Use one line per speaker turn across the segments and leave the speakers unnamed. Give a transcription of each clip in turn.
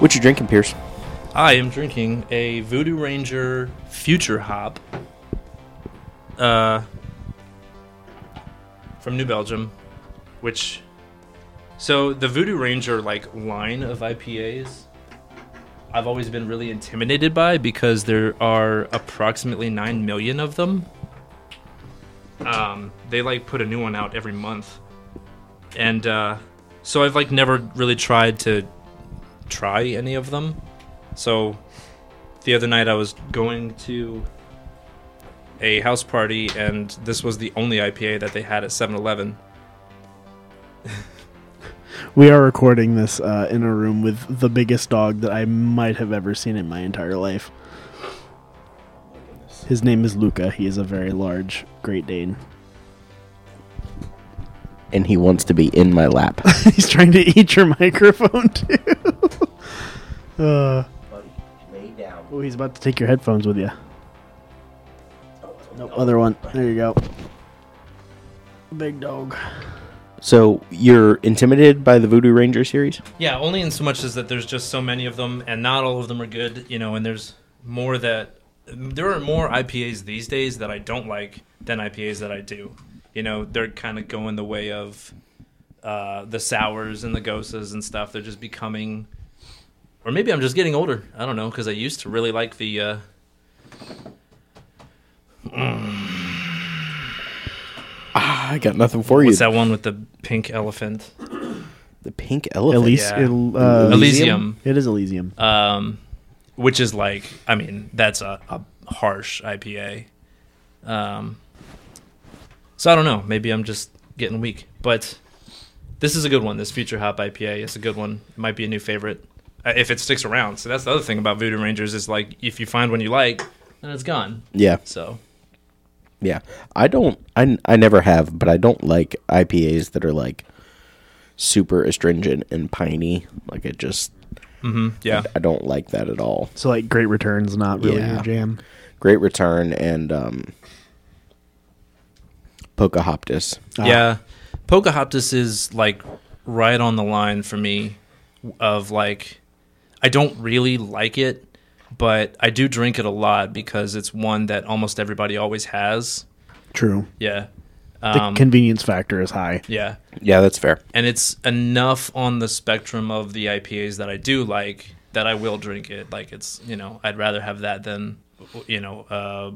What you drinking, Pierce?
I am drinking a Voodoo Ranger Future Hop uh, from New Belgium, which. So, the Voodoo Ranger like line of IPAs, I've always been really intimidated by because there are approximately 9 million of them. Um, they like put a new one out every month. And uh, so I've like never really tried to try any of them. So the other night I was going to a house party and this was the only IPA that they had at 7-Eleven.
We are recording this uh, in a room with the biggest dog that I might have ever seen in my entire life. His name is Luca. He is a very large Great Dane.
And he wants to be in my lap.
He's trying to eat your microphone too. uh,
Lay down.
oh, he's about to take your headphones with you. Nope, other one. There you go. Big dog.
so you're intimidated by the Voodoo Ranger series?
Yeah, only in so much as that there's just so many of them, and not all of them are good, you know. And there's more that there are more IPAs these days that I don't like than IPAs that I do. You know, they're kind of going the way of uh, the sours and the gosas and stuff. They're just becoming, or maybe I'm just getting older. I don't know because I used to really like the. Uh,
I got nothing for you.
what's that one with the pink elephant?
The pink
At
elephant.
least
yeah.
it'll, uh,
Elysium.
It is Elysium.
um, which is like I mean that's a, a harsh IPA. Um, so I don't know. Maybe I'm just getting weak, but this is a good one. This Future Hop IPA is a good one. It might be a new favorite uh, if it sticks around. So that's the other thing about Voodoo Rangers is like if you find one you like, then it's gone.
Yeah,
So
yeah. I don't. I I never have, but I don't like IPAs that are like super astringent and piney. Like it just.
yeah,
I don't like that at all.
So like Great Return's not really
Yeah.
your jam.
Great Return and um, Pocahoptas.
yeah. Pocahontas is like right on the line for me of like I don't really like it, but I do drink it a lot because it's one that almost everybody always has.
True.
Yeah.
The
Um,
convenience factor is high.
yeah.
Yeah, that's fair.
And it's enough on the spectrum of the IPAs that I do like that I will drink it. Like it's, you know, I'd rather have that than you know, uh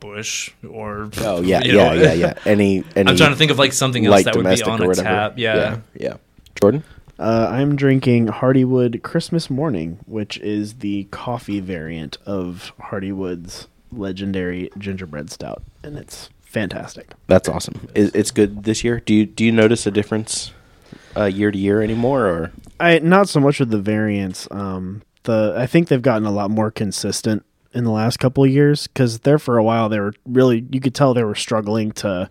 Bush or
Oh yeah,
you
yeah,
know.
yeah, yeah. Any, any.
I'm trying to think of like something else
light
that would be
domestic
on
or
a
whatever.
tap. yeah.
yeah, yeah. Jordan.
Uh, I'm drinking Hardywood Christmas Morning, which is the coffee variant of Hardywood's legendary gingerbread stout, and it's fantastic.
That's awesome. It, it's good this year. Do you do you notice a difference uh, year to year anymore? Or
I not so much with the variants. Um, the I think they've gotten a lot more consistent in the last couple of years because there for a while they were really you could tell they were struggling to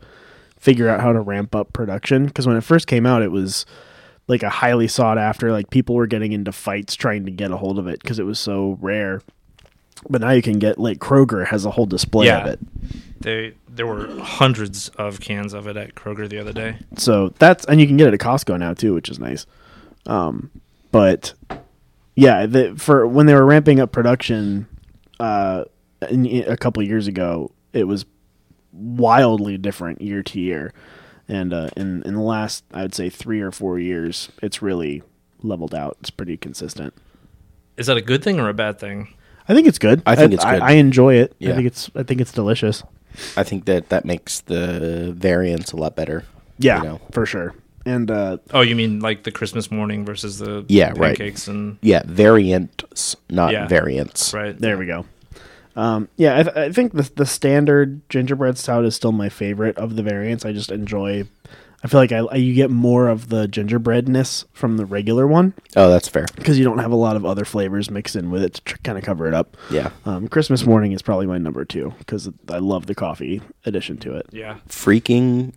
figure out how to ramp up production because when it first came out it was like a highly sought after like people were getting into fights trying to get a hold of it because it was so rare. But now you can get like Kroger has a whole display of
Yeah.
it.
They there were hundreds of cans of it at Kroger the other day.
So that's and you can get it at Costco now too, which is nice. Um, but yeah, the, for when they were ramping up production uh, in, a couple years ago, it was wildly different year to year, and uh, in in the last I'd say three or four years, it's really leveled out. It's pretty consistent.
Is that a good thing or a bad thing?
I think it's good.
I think it's good.
I, enjoy it.
Yeah.
I think it's. I think it's delicious.
I think that that makes the variants a lot better.
Yeah,
You know.
for sure. And uh,
Oh, you mean like the Christmas morning versus the
Yeah, right.
pancakes and
Yeah, variants, not
Yeah.
variants.
right?
There we go. Um, yeah, I, th- I think the the standard gingerbread stout is still my favorite of the variants. I just enjoy. I feel like I, I you get more of the gingerbreadness from the regular one
Oh, that's fair.
because you don't have a lot of other flavors mixed in with it to tr- kind of cover it up.
Yeah.
Um, Christmas morning is probably my number two because I love the coffee addition to it.
Yeah,
Freaking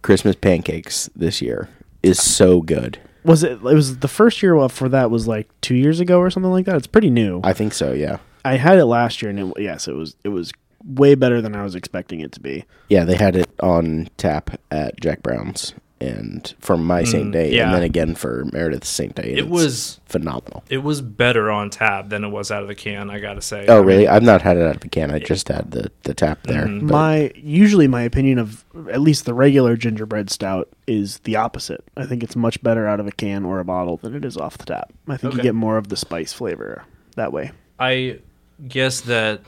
Christmas pancakes this year is so good.
Was it? It was the first year for that was like two years ago or something like that. It's pretty new.
I think so. Yeah.
I had it last year and it, yes, it was it was way better than I was expecting it to be.
Yeah, they had it on tap at Jack Brown's, and for my Saint Day,
Mm, yeah.
and then again for Meredith's Saint Day. and
It
it's
was-
phenomenal.
It was better on tab than it was out of the can. I gotta say.
Oh, really? I've not had it out of the can. I just had the, the tap
Mm-hmm.
there.
Mm-hmm.
but-
my usually my opinion of at least the regular gingerbread stout is the opposite. I think it's much better out of a can or a bottle than it is off the tap. I think you
Okay.
get more of the spice flavor that way.
I guess that.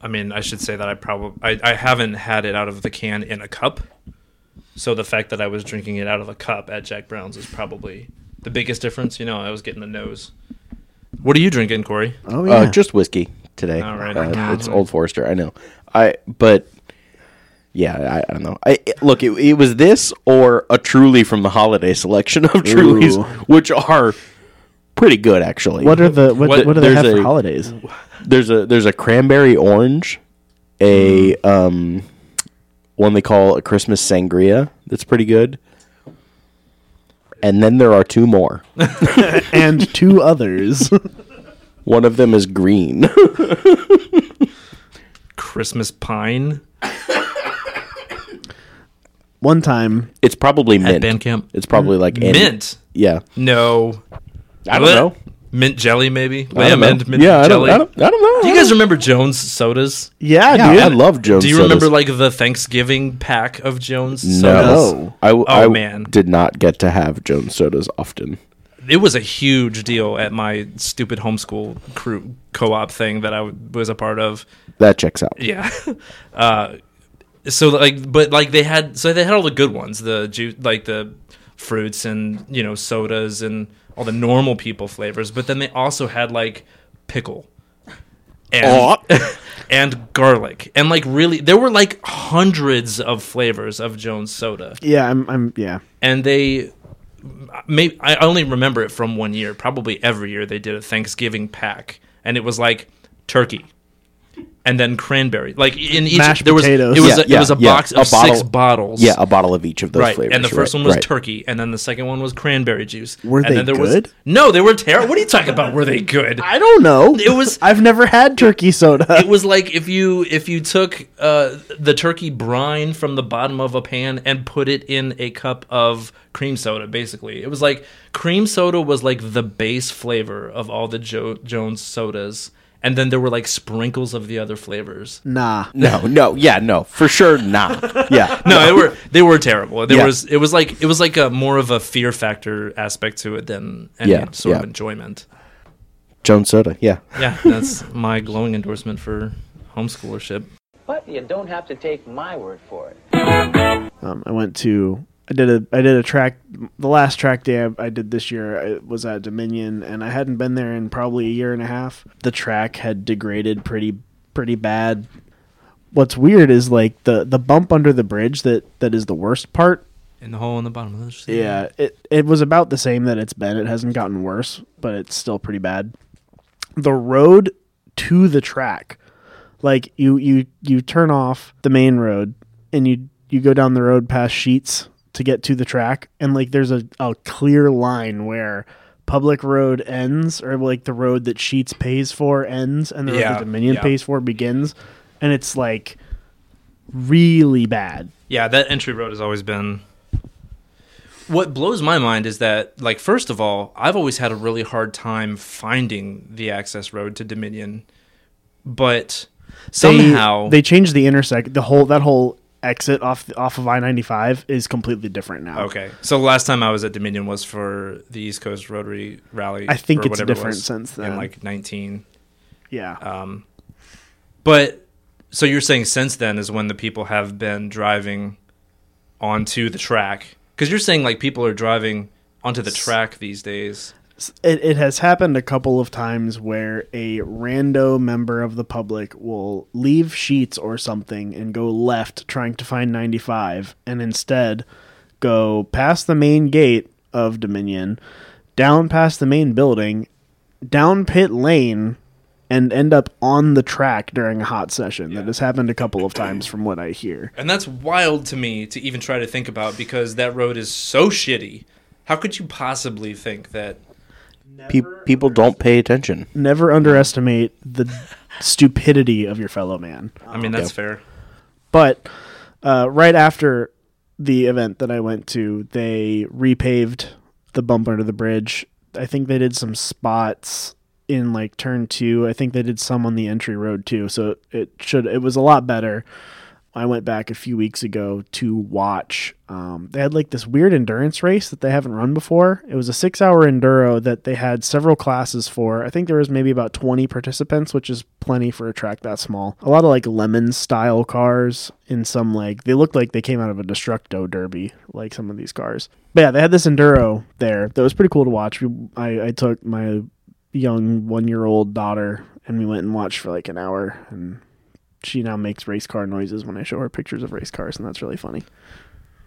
I mean, I should say that I probably I, I haven't had it out of the can in a cup. So the fact that I was drinking it out of a cup at Jack Brown's is probably the biggest difference. You know, I was getting the nose. What are you drinking, Corey?
Oh
Uh, just whiskey today.
All right.
Uh, it's Old Forester. I know. I but yeah, I, I don't know. I it- look, it, it was this or a Truly from the holiday selection of Trulies,
Ooh.
which are pretty good actually.
what are the what,
What-
what, do they
there's
have for
a-
holidays?
there's a there's a cranberry orange, a
Mm.
um one they call a Christmas sangria that's pretty good. And then there are two more.
and two others.
One of them is green.
Christmas pine
One time,
it's probably
at
mint.
Bandcamp.
It's probably like any-
Mint.
Yeah.
No.
I don't know.
Mint jelly, maybe.
I don't
Lamb
know.
and mint
yeah, I don't,
jelly.
I don't, I don't know.
Do you guys remember Jones sodas?
yeah,
Yeah,
dude.
I love Jones.
Do you
sodas.
remember like the Thanksgiving pack of Jones sodas?
No, I, oh,
Oh, man.
man. did not get to have Jones sodas often.
It was a huge deal at my stupid homeschool crew co-op thing that I w- was a part of.
That checks out.
Yeah. Uh, so like, but like they had, so they had all the good ones, the juice, like the fruits and you know sodas and all the normal people flavors. But then they also had like pickle and and garlic and like really, there were like hundreds of flavors of Jones soda,
yeah, I'm, I'm, yeah.
and they. Maybe I only remember it from one year. Probably every year they did a Thanksgiving pack, and it was like turkey, and then cranberry. Like in each,
Mashed
there was
potatoes.
it was
Yeah,
a, it was a
yeah, yeah.
box
A
of six
bottle-
bottles.
Yeah, a bottle of each of those
right.
flavors.
and the first
right,
one was
right.
turkey, and then the second one was cranberry juice.
Were
and
they
then there
good?
Was, no, they were terrible. What are you talking about? Were they good?
I don't know.
It was-
I've never had turkey soda.
it was like if you if you took uh, the turkey brine from the bottom of a pan and put it in a cup of cream soda. Basically, it was like cream soda was like the base flavor of all the jo- Jones sodas, and then there were like sprinkles of the other flavors.
nah.
No, no, yeah, no, for sure not. Yeah,
No, they were they were terrible. There
Yeah.
was it was like it was like a more of a fear factor aspect to it than any
Yeah,
sort of
yeah.
enjoyment.
Jones soda. Yeah,
Yeah, that's my glowing endorsement for homeschoolership.
But you don't have to take my word for it.
Um, I went to I did a I did a track the last track day I, I did this year I was at Dominion and I hadn't been there in probably a year and a half. The track had degraded pretty pretty bad. What's weird is like the the bump under the bridge that that is the worst part.
In the hole in the bottom of the sea.
Yeah, it it was about the same that it's been. It hasn't gotten worse, but it's still pretty bad. The road to the track, like you you you turn off the main road and you you go down the road past Sheets to get to the track, and like there's a a clear line where public road ends, or like the road that Sheets pays for ends, and the road
Yeah,
that Dominion
yeah.
pays for begins, and it's like really bad.
Yeah, that entry road has always been. What blows my mind is that, like, first of all, I've always had a really hard time finding the access road to Dominion, but
they-
somehow
they changed the intersect the whole that whole exit off off of I ninety five is completely different now.
Okay, so the last time I was at Dominion was for the East Coast Rotary Rally.
I think
or
it's
whatever it
different
was,
since
In
then.
like nineteen,
Yeah.
Uh, but so you're saying since then is when the people have been driving onto the track because you're saying like people are driving onto the track these days.
it, it has happened a couple of times where a rando member of the public will leave sheets or something and go left trying to find 95 and instead go past the main gate of dominion down past the main building down pit lane and end up on the track during a hot session that has happened a couple of times from what i hear
And that's wild to me to even try to think about because that road is so shitty. How could you possibly think that?
Pe- people don't pay attention.
never underestimate the stupidity of your fellow man
I mean, that's fair.
But uh, right after the event that I went to, they repaved the bump under the bridge. I think they did some spots in like turn two. I think they did some on the entry road too. So it should it was a lot better. I went back a few weeks ago to watch. Um, they had like this weird endurance race that they haven't run before. It was a six hour enduro that they had several classes for. I think there was maybe about 20 participants, which is plenty for a track that small. A lot of like lemon style cars in some like, they looked like they came out of a Destructo derby, like some of these cars. But yeah, they had this enduro there that was pretty cool to watch. We, I, I took my young one year old daughter and we went and watched for like an hour and she now makes race car noises when I show her pictures of race cars, and that's really funny.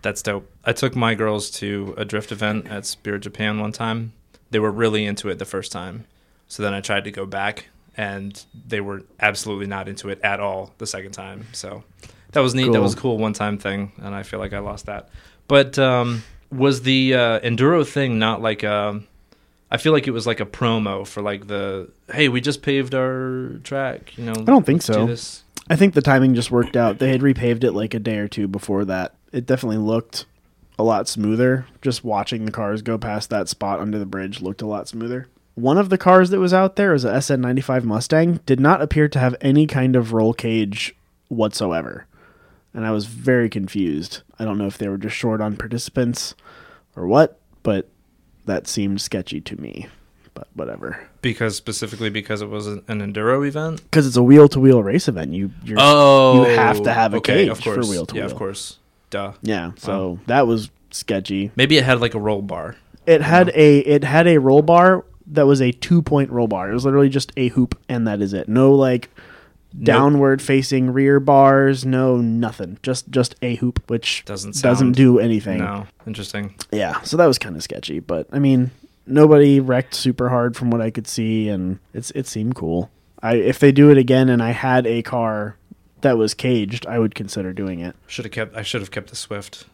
That's dope. I took my girls to a drift event at Spirit Japan one time. They were really into it the first time. So then I tried to go back and they were absolutely not into it at all the second time. So that was neat. That
Cool.
was a cool one time thing and I feel like I lost that. But um was the uh, enduro thing not like a I feel like it was like a promo for like the hey, we just paved our track, you know. I
don't think so.
Do this.
I think the timing just worked out. They had repaved it like a day or two before that. It definitely looked a lot smoother. Just watching the cars go past that spot under the bridge looked a lot smoother. One of the cars that was out there was a SN95 Mustang, did not appear to have any kind of roll cage whatsoever. And I was very confused. I don't know if they were just short on participants or what, but that seemed sketchy to me. But whatever.
Because specifically because it was an an enduro event.
because it's a wheel to wheel race event. You you're,
Oh,
you have to have a
okay,
cage
of course.
for wheel to wheel.
Yeah, of course. Duh.
Yeah, so that was sketchy.
Maybe it had like a roll bar.
It had a it had a roll bar that was a two point roll bar. It was literally just a hoop, and that is it. No like downward facing rear bars. No nothing. Just just a hoop, which
Doesn't
doesn't
sound-
do anything.
No, interesting.
Yeah, so that was kind of sketchy. But I mean, nobody wrecked super hard from what I could see, and it's it seemed cool. I if they do it again, and I had a car that was caged, I would consider doing it.
Should have kept. I should have kept the Swift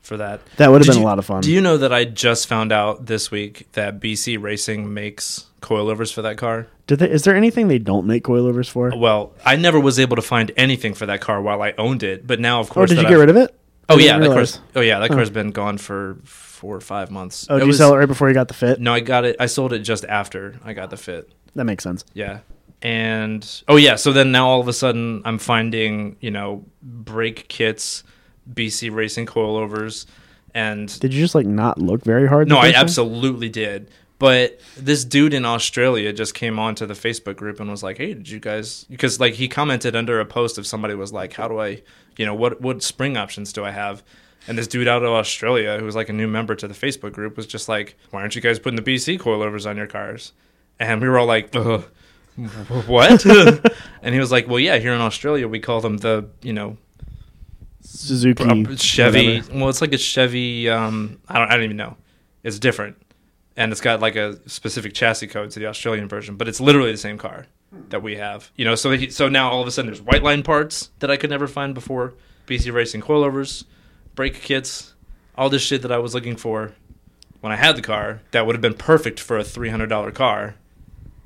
for that.
That would have
Did
been
you-
a lot of fun.
Do you know that I just found out this week that BC Racing makes coilovers for that car?
Did they, is there anything they don't make coilovers for?
Well, I never was able to find anything for that car while I owned it, but now of
Or
course.
did you
that
get
I've-
rid of it?
Oh
I
yeah,
didn't
that
realize.
car's. Oh yeah, that car's been gone for four or five months.
Oh,
It
did
was-
you sell it right before you got the fit?
No, I got it. I sold it just after I got the fit.
That makes sense.
Yeah. And oh yeah, so then now all of a sudden I'm finding, you know, brake kits, BC racing coilovers and
Did you just like not look very hard?
no,
the
I
first time?
absolutely did. But this dude in Australia just came onto the Facebook group and was like, "Hey, did you guys?" Because like he commented under a post if somebody was like, "How do I, you know, what what spring options do I have?" And this dude out of Australia, who was like a new member to the Facebook group, was just like, "Why aren't you guys putting the BC coilovers on your cars?" And we were all like, Ugh, "What?" and he was like, "Well, yeah, here in Australia we call them the, you know,
Suzuki
a Chevy.
whatever.
Well, it's like a Chevy. Um, I don't. I don't even know. It's different, and it's got like a specific chassis code to the Australian version, but it's literally the same car that we have. You know, so he, so now all of a sudden there's white line parts that I could never find before. BC racing coilovers, brake kits, all this shit that I was looking for when I had the car that would have been perfect for a three hundred dollar car.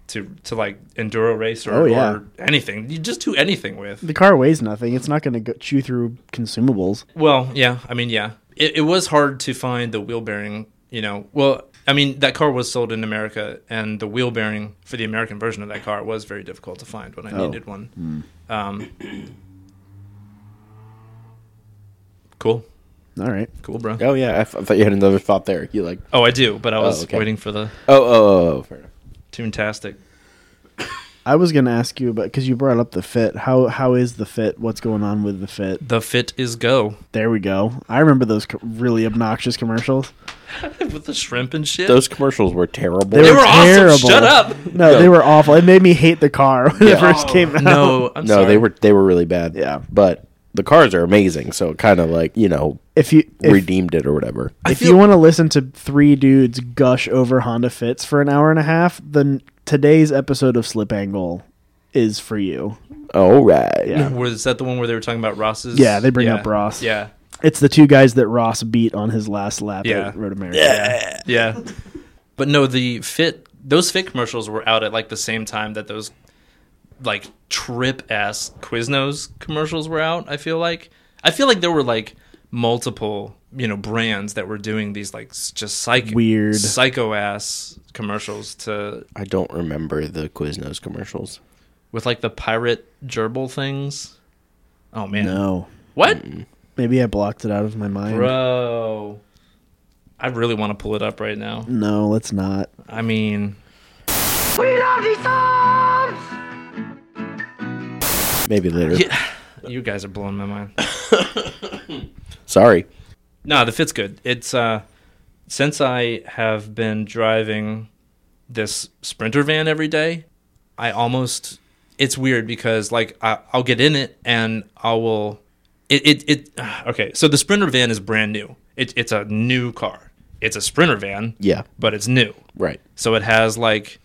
To, to like enduro race or,
Oh, yeah.
or anything you just do anything with
The car weighs nothing. It's not going to chew through consumables.
Well, yeah. I mean, yeah. It, it was hard to find the wheel bearing, you know. Well, I mean, that car was sold in America, and the wheel bearing for the American version of that car was very difficult to find when I
Oh.
needed one.
Hmm.
Um, cool.
All right.
Cool, bro.
Oh yeah, I, f- I thought you had another thought there. You like?
Oh, I do, but I was
okay.
waiting for the
Oh oh oh, oh fair enough.
Toontastic.
I was going to ask you, but because you brought up the fit, how how is the fit? What's going on with the fit?
The fit is go
There we go. I remember those co- really obnoxious commercials.
with the shrimp and shit.
Those commercials were terrible.
They were awesome. Shut up. Oh.
No, they were awful. It made me hate the car when it
Yeah.
first came out.
no, I'm
no,
sorry.
they were they were really bad.
Yeah.
but the cars are amazing, so it kind of like you know
If you if,
redeemed it or whatever.
if
feel-
you want to listen to three dudes gush over Honda Fits for an hour and a half, then today's episode of Slip Angle is for you.
All Oh, right.
Yeah.
Was that the one where they were talking about Ross's?
Yeah, they bring up Ross.
Yeah.
It's the two guys that Ross beat on his last lap
Yeah.
at Road America.
yeah. But no, the fit those fit commercials were out at like the same time that those like trip ass Quiznos commercials were out, I feel like. I feel like there were like multiple you know brands that were doing these like s- just psych
Weird.
psycho ass commercials to
I don't remember the Quiznos commercials.
with like the pirate gerbil things. Oh man,
No. Mm-hmm.
what,
Maybe I blocked it out of my mind.
bro? I really want to pull it up right now.
No, let's not.
I mean, Ah,
Maybe later.
you guys are blowing my mind.
Sorry.
No, the fit's good. It's uh since I have been driving this sprinter van every day, I almost it's weird because like I, I'll get in it and I will it it, it okay, so the sprinter van is brand new. It, it's a new car. It's a sprinter van,
Yeah.
but it's new.
Right.
So it has like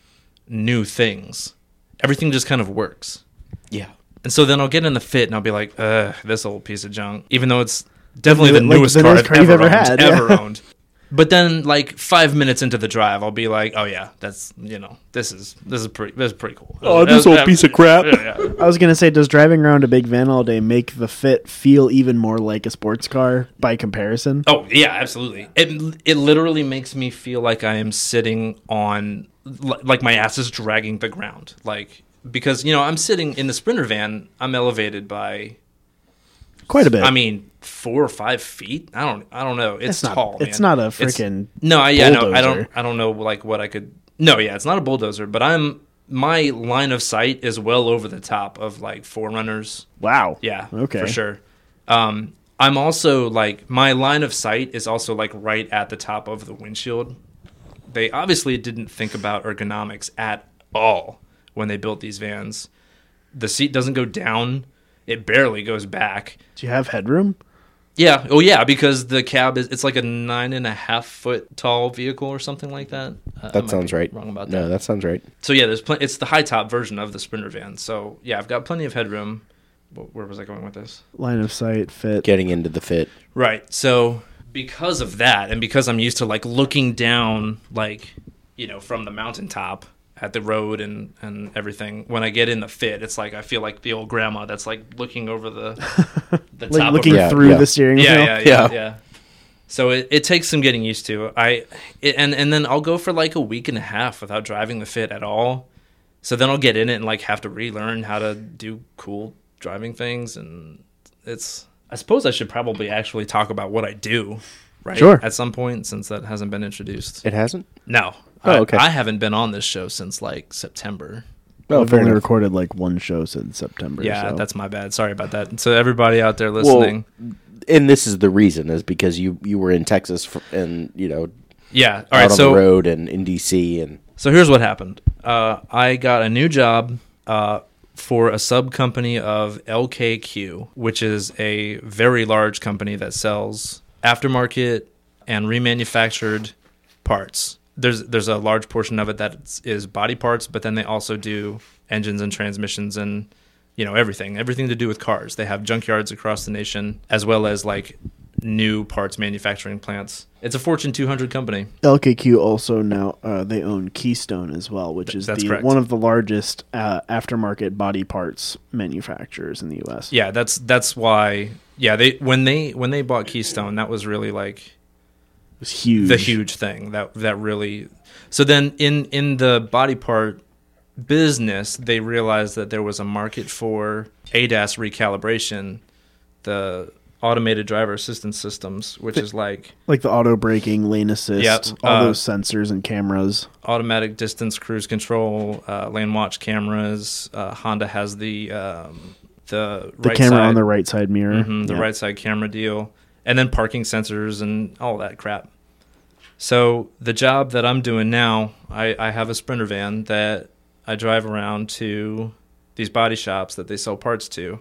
new things. Everything just kind of works.
Yeah.
And so then I'll get in the fit and I'll be like, ugh, this old piece of junk. Even though it's definitely the
Like,
newest
the
car,
newest
I've
car you've
ever,
ever
owned,
had, yeah.
ever owned. But then like five minutes into the drive, I'll be like, oh yeah, that's, you know, this is, this is pretty, this is pretty cool.
Oh, this old piece of crap.
Yeah, yeah.
I was gonna say, does driving around a big van all day make the fit feel even more like a sports car by comparison?
Oh yeah, absolutely. It, it literally makes me feel like I am sitting on, li- like my ass is dragging the ground. Like, because, you know, I'm sitting in the sprinter van, I'm elevated by
Quite a bit.
I mean, four or five feet. I don't. I don't know. It's,
It's not-
tall.
it's
man.
not a
It's-
frickin'
no. I, yeah, no. I don't.
bulldozer.
I don't know. Like what I could. No. Yeah. It's not a bulldozer, but I'm. My line of sight is well over the top of like forerunners.
wow.
Yeah.
Okay.
For sure. Um, I'm also like my line of sight is also like right at the top of the windshield. They obviously didn't think about ergonomics at all when they built these vans. The seat doesn't go down. It barely goes back.
Do you have headroom?
Yeah. Oh, yeah. Because the cab is it's like a nine and a half foot tall vehicle or something like that. Uh, I
That
might
sounds
be
right.
Wrong about
No,
that.
that sounds right.
So yeah, there's plenty. It's the high top version of the Sprinter van. So yeah, I've got plenty of headroom. Wh- Where was I going with this?
Line of sight fit.
Getting into the fit.
Right. So because of that, and because I'm used to like looking down, like you know, from the mountaintop at the road and and everything. When I get in the fit, it's like I feel like the old grandma that's like looking over the the
like
top
looking
of her
Yeah,
through
yeah.
the steering wheel.
yeah, yeah, yeah,
Yeah.
yeah. So it, it takes some getting used to. I it, and and then I'll go for like a week and a half without driving the fit at all. So then I'll get in it and like have to relearn how to do cool driving things and it's I suppose I should probably actually talk about what I do, right?
Sure.
At some point since that hasn't been introduced.
It hasn't?
No.
Oh,
I-
okay.
I haven't been on this show since like September.
No, Oh,
I've
fair
only
enough.
recorded like one show since September.
Yeah,
so.
that's my bad. Sorry about that. So everybody out there listening,
and this is the reason is because you you were in Texas for, and you know
yeah. All
out
right,
on
so
the road and in DC and
So here's what happened. Uh, I got a new job uh, for a sub company of LKQ, which is a very large company that sells aftermarket and remanufactured parts. There's there's a large portion of it that is body parts, but then they also do engines and transmissions and you know everything, everything to do with cars. They have junkyards across the nation as well as like new parts manufacturing plants. It's a Fortune 200 company.
LKQ also now uh, they own Keystone as well, which is
that's
the,
correct.
one of the largest uh, aftermarket body parts manufacturers in the U.S.
yeah that's that's why yeah they when they when they bought keystone that was really like
It's huge.
the huge thing that that really so then in in the body part business they realized that there was a market for adas recalibration the automated driver assistance systems which is like
like the auto braking, lane assist,
Yep,
all
uh,
those sensors and cameras.
automatic distance cruise control uh, lane watch cameras uh, honda has the um, the,
The
right
camera
side-
on the right side mirror.
Mhm, the
Yeah.
right side camera deal, and then parking sensors and all that crap. So the job that I'm doing now, I, I have a sprinter van that I drive around to these body shops that they sell parts to,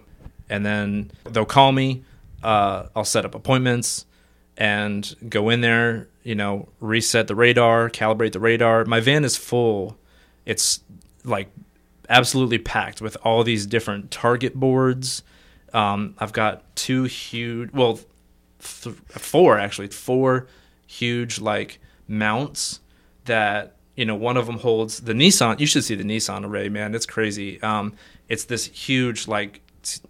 and then they'll call me. Uh, I'll set up appointments and go in there. You know, reset the radar, calibrate the radar. My van is full. It's like absolutely packed with all these different target boards. Um, I've got two huge, well, th- four actually, four huge like mounts that you know one of them holds the Nissan. You should see the Nissan array, man. It's crazy. Um, it's this huge like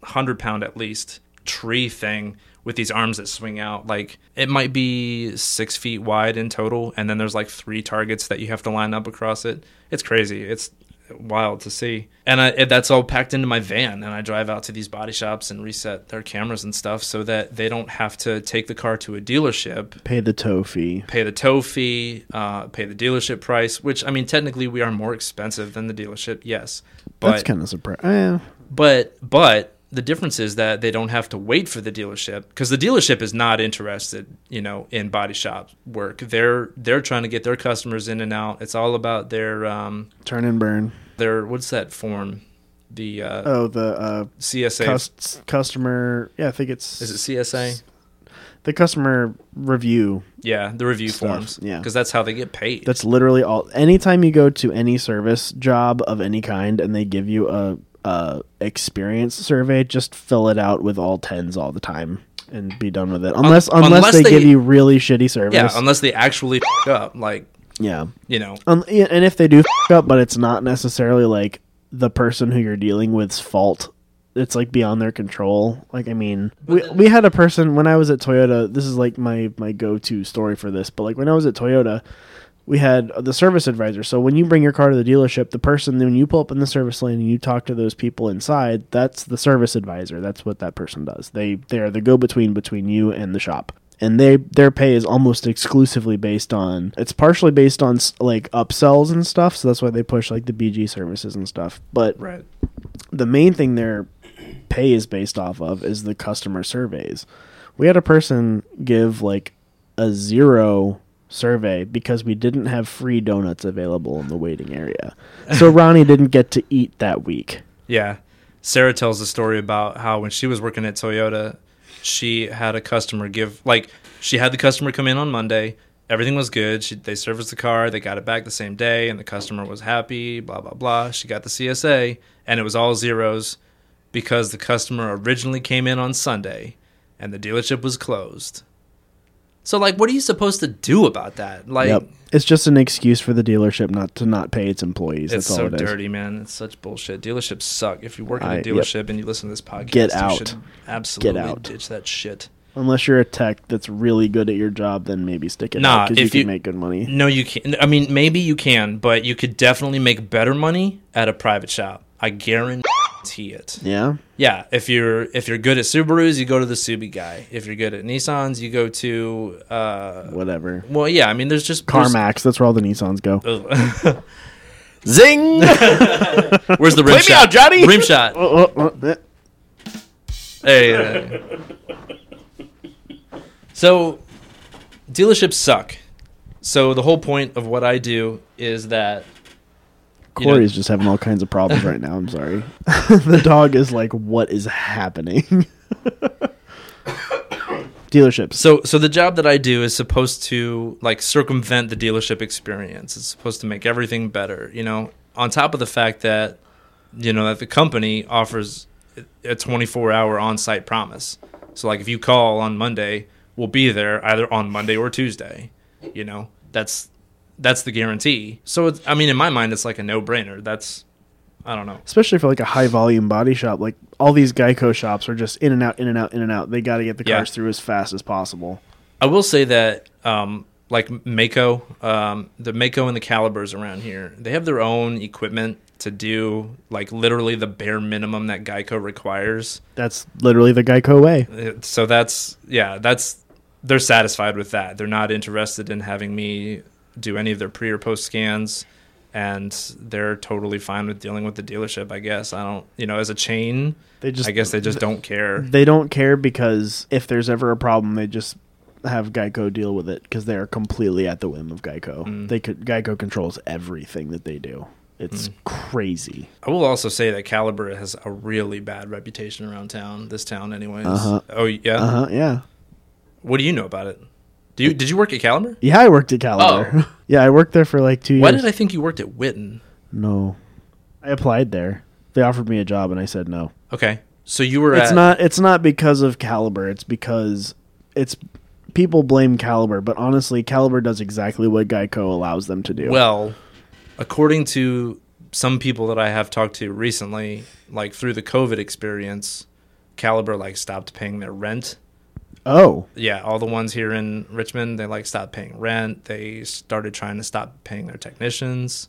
hundred pound at least tree thing with these arms that swing out. Like it might be six feet wide in total, and then there's like three targets that you have to line up across it. It's crazy. It's wild to see. And I, it- that's all packed into my van, and I drive out to these body shops and reset their cameras and stuff so that they don't have to take the car to a dealership
Pay the tow fee.
pay the tow fee, uh, pay the dealership price, which I mean, technically we are more expensive than the dealership, yes. But
That's kind of surprising. Eh,
but but the difference is that they don't have to wait for the dealership because the dealership is not interested, you know, in body shop work. They're they're trying to get their customers in and out. It's all about their um
turn and burn.
their what's that form, the uh,
Oh, the uh,
CSA.
cus- customer. Yeah, I think it's
is it CSA?
the customer review.
Yeah, the review
Stuff,
forms.
yeah.
because that's how they get paid.
That's literally all. Anytime you go to any service job of any kind, and they give you a, a experience survey, just fill it out with all tens all the time and be done with it. Unless unless,
unless
they,
they-
give you really shitty service.
yeah, unless they actually f- up, like
yeah.
you know,
Um, yeah, and if they do f- up, but it's not necessarily like the person who you're dealing with's fault. It's like beyond their control. Like I mean, we, we had a person when I was at Toyota. This is like my my go to story for this. But like when I was at Toyota, we had the service advisor. So when you bring your car to the dealership, the person when you pull up in the service lane and you talk to those people inside, that's the service advisor. That's what that person does. They they are the go between between you and the shop and they their pay is almost exclusively based on it's partially based on s- like upsells and stuff so that's why they push like the bg services and stuff but
right.
the main thing their pay is based off of is the customer surveys we had a person give like a zero survey because we didn't have free donuts available in the waiting area so ronnie didn't get to eat that week
Yeah. Sarah tells the story about how when she was working at Toyota, she had a customer give like she had the customer come in on Monday. Everything was good. She, they serviced the car. They got it back the same day, and the customer was happy. Blah blah blah. She got the CSA, and it was all zeros because the customer originally came in on Sunday, and the dealership was closed. So like, what are you supposed to do about that? Like,
yep it's just an excuse for the dealership not to not pay its employees
it's
that's all
so
it is
dirty, man. It's such bullshit. Dealerships suck. If you work in a
I- yep.
dealership and you listen to this podcast,
Get
you
out.
should absolutely
out.
ditch that shit.
Unless you're a tech that's really good at your job, then maybe stick it
Nah,
out because you
if
can
you-
make good money.
No, you can't. I mean, maybe you can, but you could definitely make better money at a private shop. I guarantee it.
Yeah,
Yeah, if you're if you're good at Subarus, you go to the Subi guy. If you're good at Nissans, you go to uh
whatever.
well, yeah, I mean, there's just there's- Uh,
CarMax, that's where all the Nissans go.
Ugh.
Zing!
Where's the rim
me
shot?
out, Johnny!
Rim shot.
Oh, oh, oh, eh.
Hey, hey, hey. So, dealerships suck. So the whole point of what I do is that you know,
Corey's just having all kinds of problems right now. I'm sorry. the dog is like, "What is happening?" Dealerships.
so so the job that I do is supposed to like circumvent the dealership experience. It's supposed to make everything better, you know. On top of the fact that you know that the company offers a 24-hour on-site promise. So like if you call on Monday, we'll be there either on Monday or Tuesday, you know. That's that's the guarantee. So it's, I mean in my mind it's like a no-brainer. That's I don't know.
especially for like a high volume body shop. Like all these Geico shops are just in and out, in and out, in and out. They got to get the
Yeah.
cars through as fast as possible.
I will say that, um, like Mako, um, the Mako and the calibers around here, they have their own equipment to do like literally the bare minimum that Geico requires.
That's literally the Geico way.
Uh, So that's yeah, that's they're satisfied with that. They're not interested in having me do any of their pre or post scans, and they're totally fine with dealing with the dealership. I guess I don't, you know, as a chain,
They just
I guess they just don't care.
they don't care because if there's ever a problem, they just have Geico deal with it because they are completely at the whim of Geico.
Mm.
They could Geico controls everything that they
Mm.
do. It's crazy.
I will also say that Caliber has a really bad reputation around town. This town, anyways.
Uh-huh.
Oh yeah.
Uh huh. Yeah.
What do you know about it? Do you did you work at Caliber?
Yeah, I worked at Caliber.
Oh.
yeah, I worked there for like two
Why
years.
did I think you worked at Witten?
No, I applied there. They offered me a job and I said no.
Okay, so you were
It's
at
not. It's not because of Caliber. It's because it's people blame Caliber, but honestly, Caliber does exactly what Geico allows them to do.
well, according to some people that I have talked to recently, like through the COVID experience, Caliber like stopped paying their rent
Oh,
yeah, all the ones here in Richmond, they like stopped paying rent. They started trying to stop paying their technicians.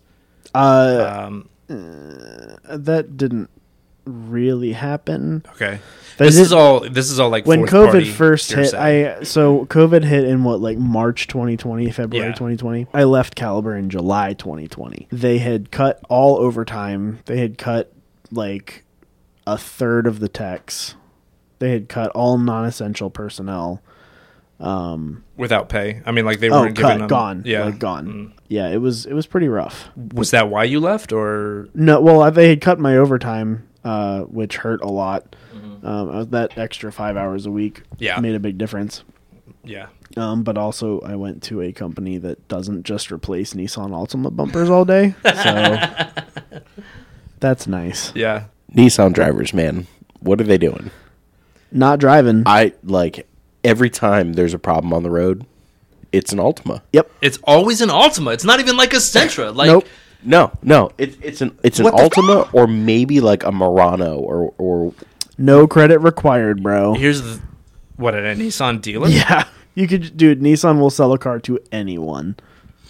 uh,
Um,
that didn't really happen.
okay,
But
this
it-
is all. This is all like
when
fourth
COVID
party
first hit,
hearsay.
I so COVID hit in what like March 2020, February
Yeah.
2020. I left Caliber in July 2020. They had cut all overtime. They had cut like a third of the techs. They had cut all non-essential personnel.
without pay. I mean, like they
Oh,
weren't giving
cut,
them
gone,
Yeah, Mm.
like, gone. Yeah, it was it was pretty rough.
Was that why you left, or
No, well, I- they had cut my overtime, uh, which hurt a lot. Um, uh, that extra five hours a week
Mm-hmm. Yeah.
made a big difference.
yeah?
Um, but also, I went to a company that doesn't just replace Nissan Altima bumpers all day, so that's nice.
Yeah.
Nissan drivers, man, what are they doing?
Not driving.
I like every time there's a problem on the road, it's an Altima.
yep.
It's always an Altima. It's not even like a Sentra. Like
Nope.
No, no, it, it's an it's an
What the
Altima or maybe like a Murano or or
No credit required, bro.
here's the, what at a Nissan dealer.
Yeah, you could, dude. Nissan will sell a car to anyone.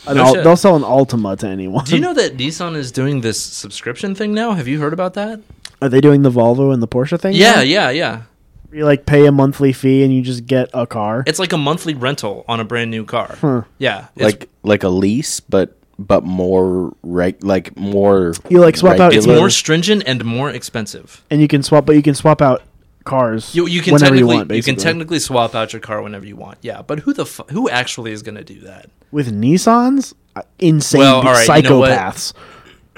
An
No
Al-
shit.
they'll sell an Altima to anyone.
Do you know that Nissan is doing this subscription thing now? Have you heard about that?
Are they doing the Volvo and the Porsche thing? now?
Yeah, yeah, yeah.
You like pay a monthly fee and you just get a car.
It's like a monthly rental on a brand new car. Yeah, it's-
like like a lease, but but more right like more.
You, like, swap out-
it's
regular.
more stringent and more expensive.
and you can swap, but you can swap out cars.
You, you can
whenever
technically
you
you,
want. Basically,
can technically swap out your car whenever you want. Yeah, but who the fu- who actually is going to do that?
with Nissans, uh, insane
Well, all right, you know what?
psychopaths.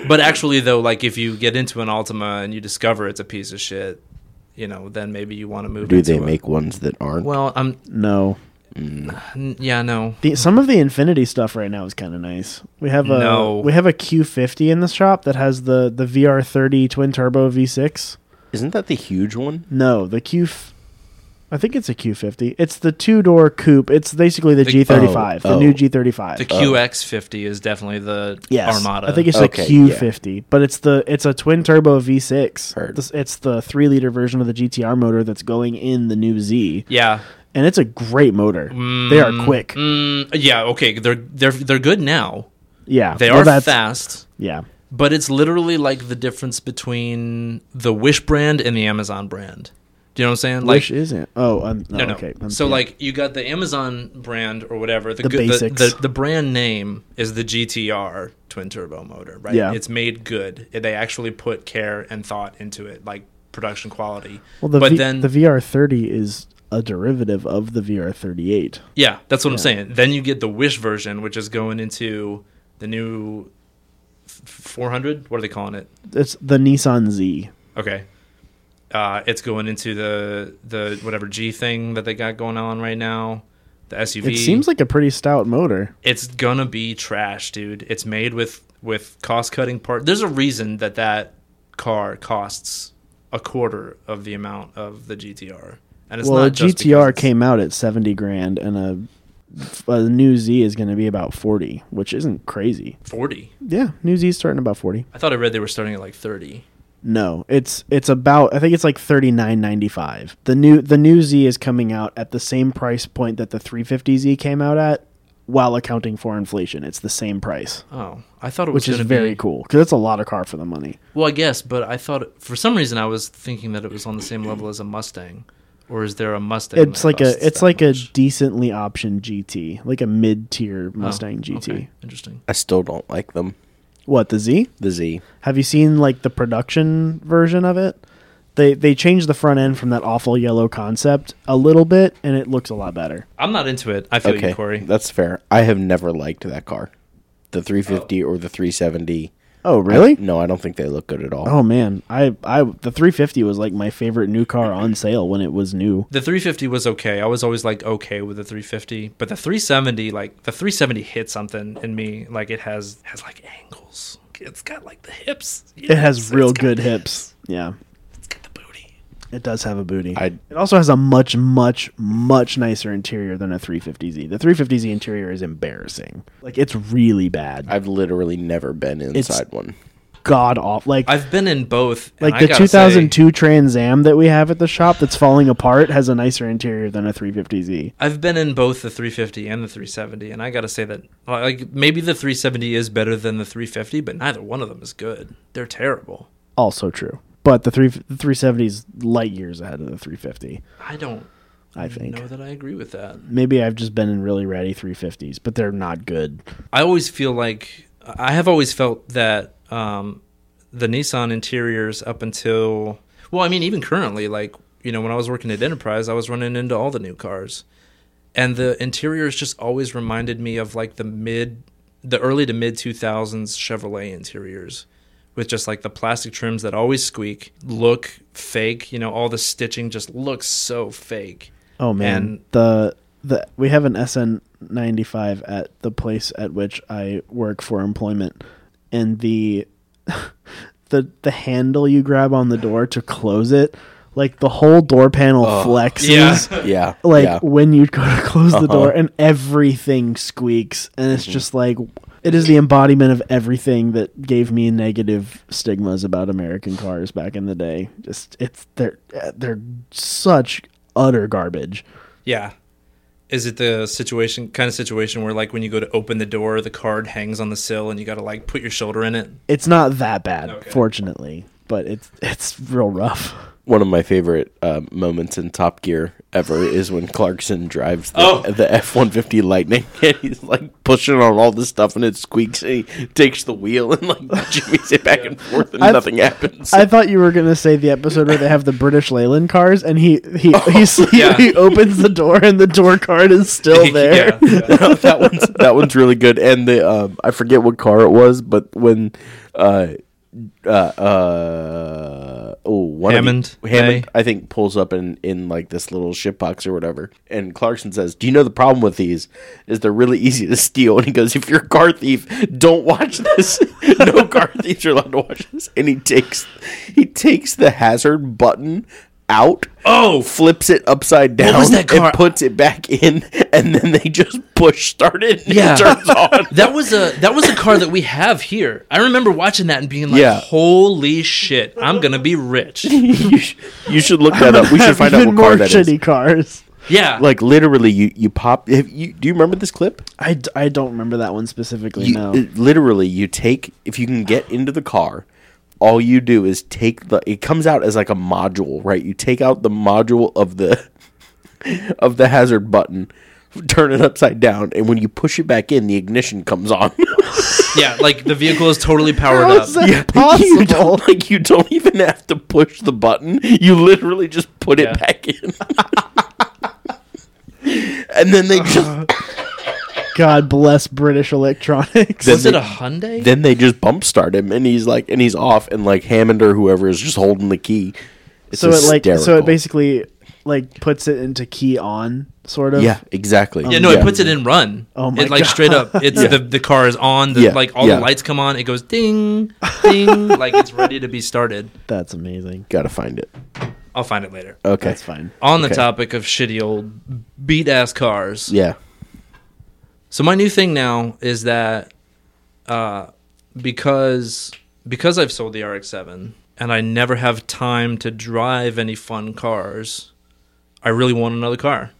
But actually, though, like if you get into an Altima and you discover it's a piece of shit, you know, then maybe you want to move.
Do
into
they
a-
make ones that aren't?
Well, I'm.
No,
n- Yeah, no.
the, some of the Infinity stuff right now is kind of nice. We have a
No.
we have a Q50 in the shop that has the the VR30 twin turbo V6.
Isn't that the huge one?
No, the Q. f- I think it's a Q50. It's the two door coupe. It's basically the,
The-
G35, the
Oh,
new
oh.
G35.
The QX50 is definitely the
Yes,
Armada.
I think it's
Okay,
the Q50, but it's the it's a twin turbo V6.
Heard.
This- It's the three liter version of the GTR motor that's going in the new Z,
Oh. yeah,
and it's a great motor. they are quick.
Mm, yeah. Okay, they're they're they're good now.
yeah,
They
well,
are
that's-
fast,
Yeah,
but it's literally like the difference between the Wish brand and the Amazon brand. Do you know what I'm saying? Like,
Wish isn't. Oh, um,
no,
oh,
no.
okay. Um,
so
yeah.
like you got the Amazon brand or whatever. The,
The
good, the,
basics.
the the brand name is the GTR twin turbo motor, right?
Yeah.
It's made good. They actually put care and thought into it, like production quality.
well, the
but
V-
then
the VR30 is a derivative of the VR38.
Yeah, that's what I'm saying. Then you get the Wish version, which is going into the new f- 400. What are they calling it?
It's the Nissan Z.
Okay, uh, it's going into the the whatever G thing that they got going on right now. The SUV.
It seems like a pretty stout motor.
it's gonna be trash, dude. It's made with with cost cutting part. There's a reason that that car costs a quarter of the amount of the GTR, and it's
well, a
not just
GTR
because it's-
came out at seventy grand, and a a new Z is going to be about forty, which isn't crazy.
40.
Yeah, new Z's starting about forty.
I thought I read they were starting at like 30.
No, it's it's about I think it's like thirty nine ninety five. The new the new Z is coming out at the same price point that the three fifty Z came out at, while accounting for inflation. It's the same price,
Oh, I thought it was
which is
gonna
very
be,
cool because it's a lot of car for the money.
Well, I guess, but I thought for some reason I was thinking that it was on the same level as a Mustang, or is there a Mustang?
It's
that
like a
costs
it's
that
like a
much?
decently optioned GT, like a mid tier
Oh,
Mustang GT.
okay, Interesting.
I still don't like them.
What the Z?
The Z.
Have you seen like the production version of it? They they changed the front end from that awful yellow concept a little bit, and it looks a lot better.
I'm not into it. I feel
Okay,
you, Corey.
that's fair. I have never liked that car, the 350
Oh.
or the 370.
Oh really?
No, I don't think they look good at all.
oh man, I I the 350 was like my favorite new car on sale when it was new.
the 350 was okay. I was always like okay with the 350, but the 370, like the 370, hit something in me. Like it has has like angles. It's got like the hips. you know,
It has
it's-
real
it's got
good
the
hips. Yeah,
It's got the booty.
it does have a booty.
I-
it also has a much much much nicer interior than a 350Z. The 350Z interior is embarrassing. Like it's really bad.
I've literally never been inside one.
god off. Like
I've been in both. and
like
I
the
gotta say-
2002 Trans Am that we have at the shop that's falling apart has a nicer interior than a 350Z.
I've been in both the 350 and the 370, and I gotta say that like maybe the 370 is better than the 350, but neither one of them is good. They're terrible.
Also true. But the three the 370 is light years ahead of the 350.
I don't
I think
know that I agree with that.
maybe I've just been in really ratty 350s, but they're not good.
I always feel like I have always felt that um, the Nissan interiors up until well, I mean even currently, like you know when I was working at Enterprise, I was running into all the new cars, and the interiors just always reminded me of like the mid, the early to mid two thousands Chevrolet interiors. With just like the plastic trims that always squeak, look fake. You know, all the stitching just looks so fake.
Oh man,
And-
the the we have an SN95 at the place at which I work for employment, and the the the handle you grab on the door to close it, like the whole door panel flexes.
Yeah.
Like
yeah. Uh-huh.
when you go to close the door and everything squeaks, and
Mm-hmm.
it's just like it is the embodiment of everything that gave me negative stigmas about American cars back in the day. Just it's they're they're such utter garbage.
Yeah. Is it the situation kind of situation where like when you go to open the door, the card hangs on the sill and you got to like put your shoulder in it?
It's not that bad,
Okay.
fortunately, but it's it's real rough.
one of my favorite uh, moments in Top Gear ever is when Clarkson drives the,
Oh.
the F one fifty Lightning and he's like pushing on all this stuff and it squeaks and he takes the wheel and like jimmies it back and forth and
I've-
nothing happens.
I thought you were gonna say the episode where they have the British Leyland cars, and he he
Oh,
he, he,
yeah.
he opens the door, and the door card is still there.
yeah.
that one's that one's really good. And the um, I forget what car it was, but when uh uh uh oh one of the-
Hammond,
Hammond
May.
I think pulls up in in like this little shitbox or whatever, and Clarkson says, "Do you know the problem with these is they're really easy to steal?" And he goes, "If you're a car thief, don't watch this. no car thieves are allowed to watch this." And he takes he takes the hazard button out
Oh, f-
flips it upside down
was that car?
and puts it back in, and then they just push start it and
Yeah.
it turns on.
that was a that was a car that we have here. I remember watching that and being like,
Yeah.
"Holy shit, I'm gonna be rich."
you, sh- you should look that up. We should find out
Even
what
more
car that is.
shitty cars.
Yeah,
Like literally, you you pop. If you, do you remember this clip?
I, d- I don't remember that one specifically.
You,
no,
it- literally, you take if you can get into the car. All you do is take the. It comes out as like a module, right? You take out the module of the of the hazard button, turn it upside down, and when you push it back in, the ignition comes on.
yeah, like the vehicle is totally powered
How
up.
is that
You
possible?
don't like you don't even have to push the button. You literally just put
Yeah.
it back in. and then they just
God bless British electronics.
Then
Was it
they-
a Hyundai?
then they just bump start him and he's like and he's off and like Hammond or whoever is just holding the key. It's
so it like so
hysterical.
it basically like puts it into key on sort of.
Yeah, exactly.
yeah, no, it puts it in run.
Oh my
it like
God.
straight up. It's
Yeah.
the the car is on. The,
Yeah,
Like all
yeah.
the lights come on. It goes ding ding, like it's ready to be started.
that's amazing.
Gotta find it.
I'll find it later.
Okay.
That's fine.
On the
Okay.
topic of shitty old beat ass cars.
Yeah.
So my new thing now is that uh, because because I've sold the RX-7 and I never have time to drive any fun cars, I really want another car.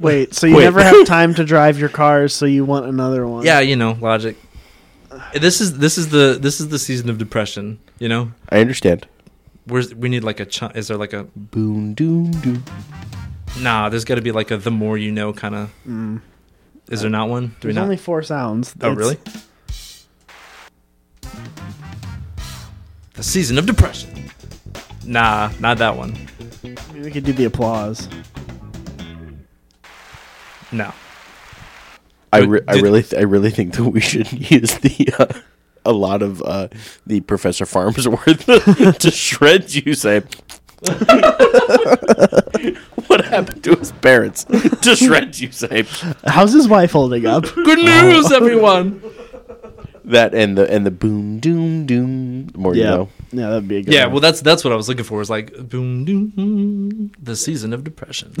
Wait, so you
Wait.
never have time to drive your cars, so you want another one?
Yeah, you know, logic. This is this is the this is the season of depression, you know?
I understand.
Where's we need like a ch- is there like a
Boom doom doom.
nah, there's got to be like a the more you know kind of
Mm.
Is there not one? Do we
There's
not?
only four sounds.
Oh,
It's-
really? The season of depression. Nah, not that one.
Maybe we could do the applause.
No.
I,
But
re- I
did-
really th- I really think that we should use the uh, a lot of uh, the Professor Farmsworth to shreds. You say, what happened to his parents? to shreds. You say
How's his wife holding up?
Good news, everyone.
that and the and the boom doom doom. The more you
yeah,
know,
yeah, that'd be a good.
Yeah,
one.
well, that's that's what I was looking for. Is like boom, doom, boom, the season of depression.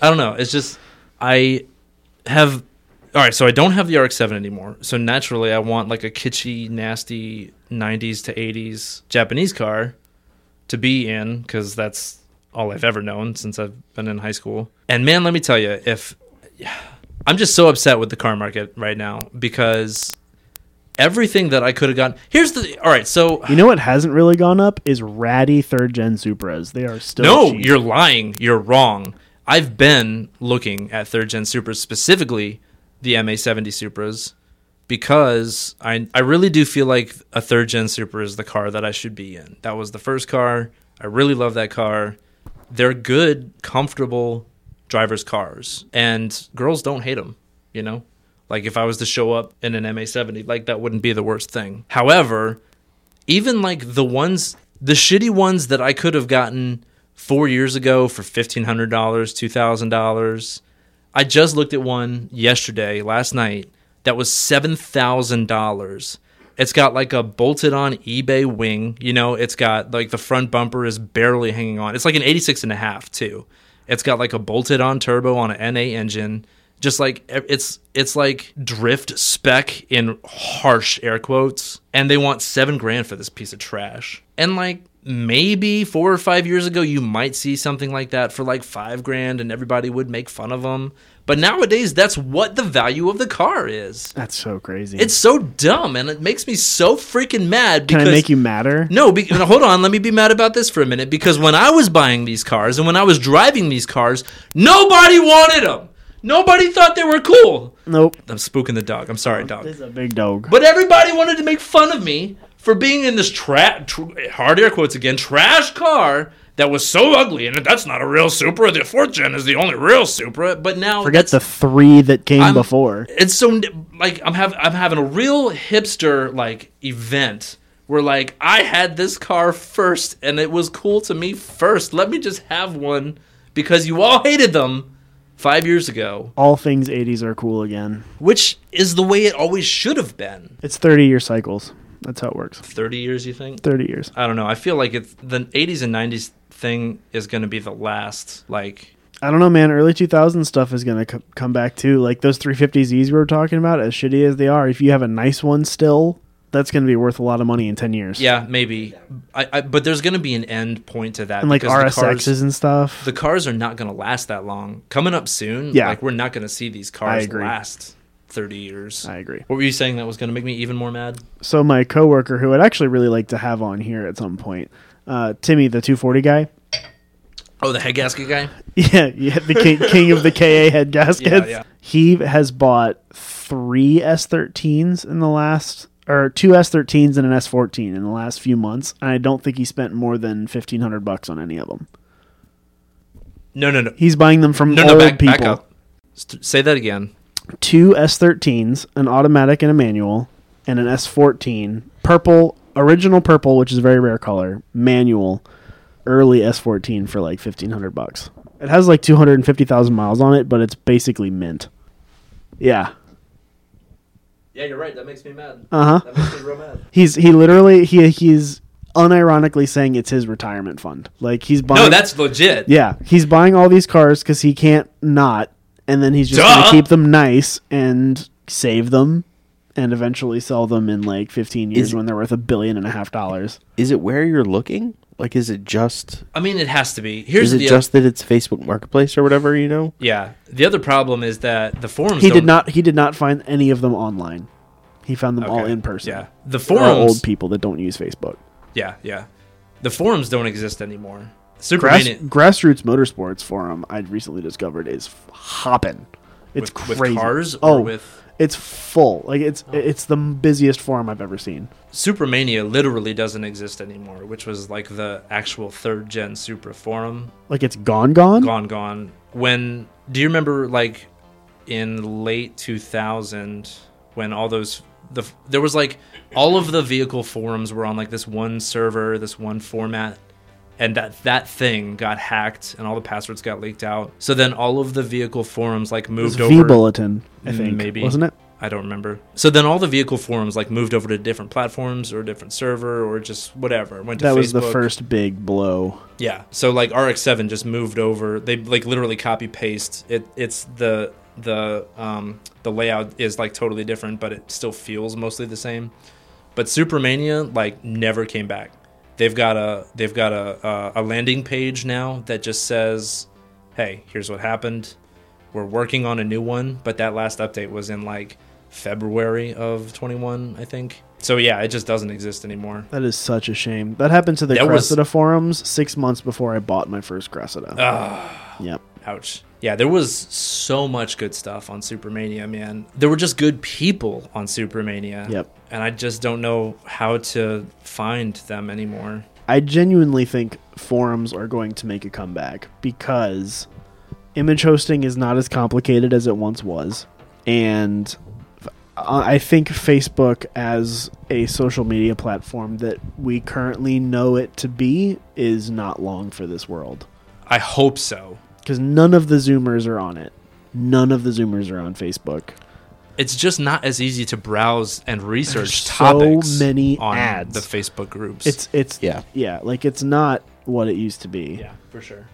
I don't know. It's just I have all right, so I don't have the RX-7 anymore. So naturally, I want like a kitschy, nasty '90s to '80s Japanese car to be in because that's all I've ever known since I've been in high school. And man, let me tell you, if I'm just so upset with the car market right now because everything that I could have gotten. Here's the all right. So
You know what hasn't really gone up is ratty third gen Supras. They are still
no,
cheap.
you're lying. You're wrong. I've been looking at third gen Supras, specifically the MA70 Supras, because I I really do feel like a third gen Supra is the car that I should be in. That was the first car. I really love that car. They're good, comfortable driver's cars, and girls don't hate them. You know, like if I was to show up in an MA70, like that wouldn't be the worst thing. However, even like the ones the shitty ones that I could have gotten four years ago for fifteen hundred dollars, two thousand dollars. I just looked at one yesterday, last night, that was seven thousand dollars. It's got like a bolted on eBay wing, you know, it's got like the front bumper is barely hanging on. It's like an 86 and a half too. It's got like a bolted on turbo on an NA engine. Just like e- it's it's like drift spec in harsh air quotes, and they want seven grand for this piece of trash. And like maybe four or five years ago, you might see something like that for like five grand, and everybody would make fun of them. But nowadays, that's what the value of the car is.
That's so crazy.
It's so dumb, and it makes me so freaking mad.
Can
Because
I make you madder?
no, be- no, hold on. Let me be mad about this for a minute because when I was buying these cars and when I was driving these cars, nobody wanted them. Nobody thought they were cool.
Nope.
I'm spooking the dog. I'm sorry, dog.
This is a big dog.
But everybody wanted to make fun of me for being in this tra- tr- hard air quotes again trash car that was so ugly and that's not a real Supra. The fourth gen is the only real Supra. But now
Forget the three that came
I'm-
before.
it's so like I'm having I'm having a real hipster like event where like I had this car first and it was cool to me first. Let me just have one because you all hated them five years ago,
All things 80s are cool again.
which is the way it always should have been.
It's 30 year cycles. That's how it works.
Thirty years, you think?
30 years.
I don't know. I feel like it's the '80s and '90s thing is going to be the last like
I don't know, man. Early 2000 stuff is going to c- come back too. Like those 350Zs we were talking about, as shitty as they are, if you have a nice one still, that's going to be worth a lot of money in 10 years.
yeah maybe. I, I but there's going to be an end point to that
And like
because the cars-
RSXs and stuff.
the cars are not going to last that long. Coming up soon,
Yeah.
like we're not going to see these
I
cars
agree.
last 30 years.
I agree.
What were you saying that was going to make me even more mad?
So my coworker, who I'd actually really like to have on here at some point, uh, Timmy, the 240 guy.
Oh, the head gasket guy?
Yeah, yeah, the king, king of the KA head gaskets.
yeah.
He has bought three S13s in the last, or two S13s and an S14 in the last few months, and I don't think he spent more than fifteen hundred bucks on any of them.
No, no, no.
He's buying them from
No,
old
no, back,
people.
back up. St- say that again.
Two S13s, an automatic and a manual, and an S14, purple, original purple, which is a very rare color, manual, early S14 for like fifteen hundred bucks. It has like two hundred and fifty thousand miles on it, but it's basically mint. Yeah.
Yeah, you're right. That makes me mad.
Uh huh.
That makes me real mad.
He's he literally he he's unironically saying it's his retirement fund. Like he's buying.
No, that's legit.
yeah. He's buying all these cars because he can't not, and then he's just
Duh.
gonna keep them nice and save them, and eventually sell them in like fifteen years
Is-
when they're worth a billion and a half dollars.
Is it where you're looking? Like, is it just?
I mean, it has to be. Here's
Is it
the
just that it's Facebook Marketplace or whatever? You know,
yeah. The other problem is that the forums
He did
don't-
not he did not find any of them online. He found them all
Okay,
in person.
Yeah. The
Or
forums
old people that don't use Facebook.
Yeah, yeah. The forums don't exist anymore. Super
Grass,
Mania-
grassroots motorsports forum I recently discovered is f- hopping. It's
With- with
crazy.
cars or
oh,
with- Oh.
it's full. Like it's it's the busiest forum I've ever seen.
Supermania literally doesn't exist anymore, which was like the actual third gen Supra forum.
Like it's gone, gone.
Gone, gone. When do you remember like in late 2000 when all those the there was like all of the vehicle forums were on like this one server, this one format and that that thing got hacked and all the passwords got leaked out. So then all of the vehicle forums like
It's
moved
V
over Mm,
bulletin. I think
maybe
wasn't it?
I don't remember. So then all the vehicle forums like moved over to different platforms or a different server or just whatever. Went to
That was the
Facebook.
first big blow.
Yeah. So like RX7 just moved over. They like literally copy paste it. It's the the um, the layout is like totally different, but it still feels mostly the same. But Supermania like never came back. They've got a they've got a uh, a, a landing page now that just says, "Hey, here's what happened. We're working on a new one." But that last update was in like February of 21, I think. So yeah, it just doesn't exist anymore.
That is such a shame. That happened to the
That was-
Cressida forums six months before I bought my first Cressida.
Ah.
yep.
Ouch. Yeah, there was so much good stuff on Supermania, man. There were just good people on Supermania.
Yep.
And I just don't know how to find them anymore.
I genuinely think forums are going to make a comeback because image hosting is not as complicated as it once was. And I I think Facebook, as a social media platform that we currently know it to be, is not long for this world.
I hope so.
Because none of the Zoomers are on it, none of the Zoomers are on Facebook.
It's just not as easy to browse and research
There's so
topics
many
on
ads.
the Facebook groups.
It's, it's,
Yeah.
Yeah. Like it's not what it used to be.
yeah, for sure.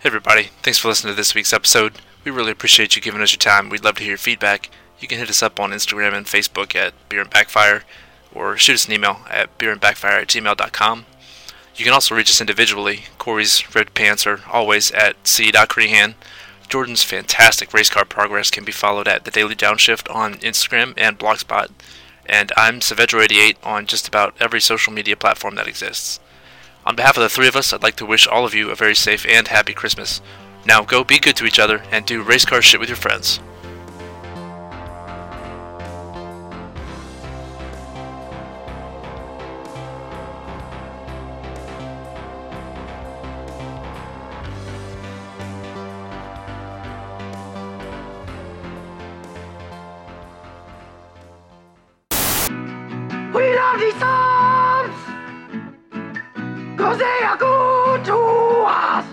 Hey everybody, thanks for listening to this week's episode. We really appreciate you giving us your time. We'd love to hear your feedback. You can hit us up on Instagram and Facebook at Beer and Backfire, or shoot us an email at beerandbackfire at gmail.com. You can also reach us individually. Corey's red pants are always at E c.crehan. Jordan's fantastic race car progress can be followed at the Daily Downshift on Instagram and Blogspot. And I'm Savedro88 on just about every social media platform that exists. On behalf of the three of us, I'd like to wish all of you a very safe and happy Christmas. Now go be good to each other and do race car shit with your friends.
We love these songs Cause they are good to us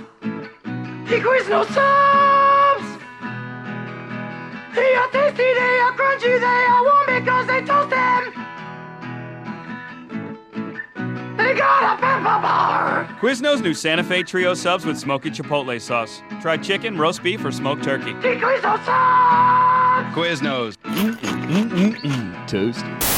Here is no subs They are tasty, they are crunchy, they are warm because they toast them They got a pepper bar
Quiznos new Santa Fe Trio subs with smoky chipotle sauce. Try chicken, roast beef, or smoked turkey.
Here is no subs
Quiznos.
Toast.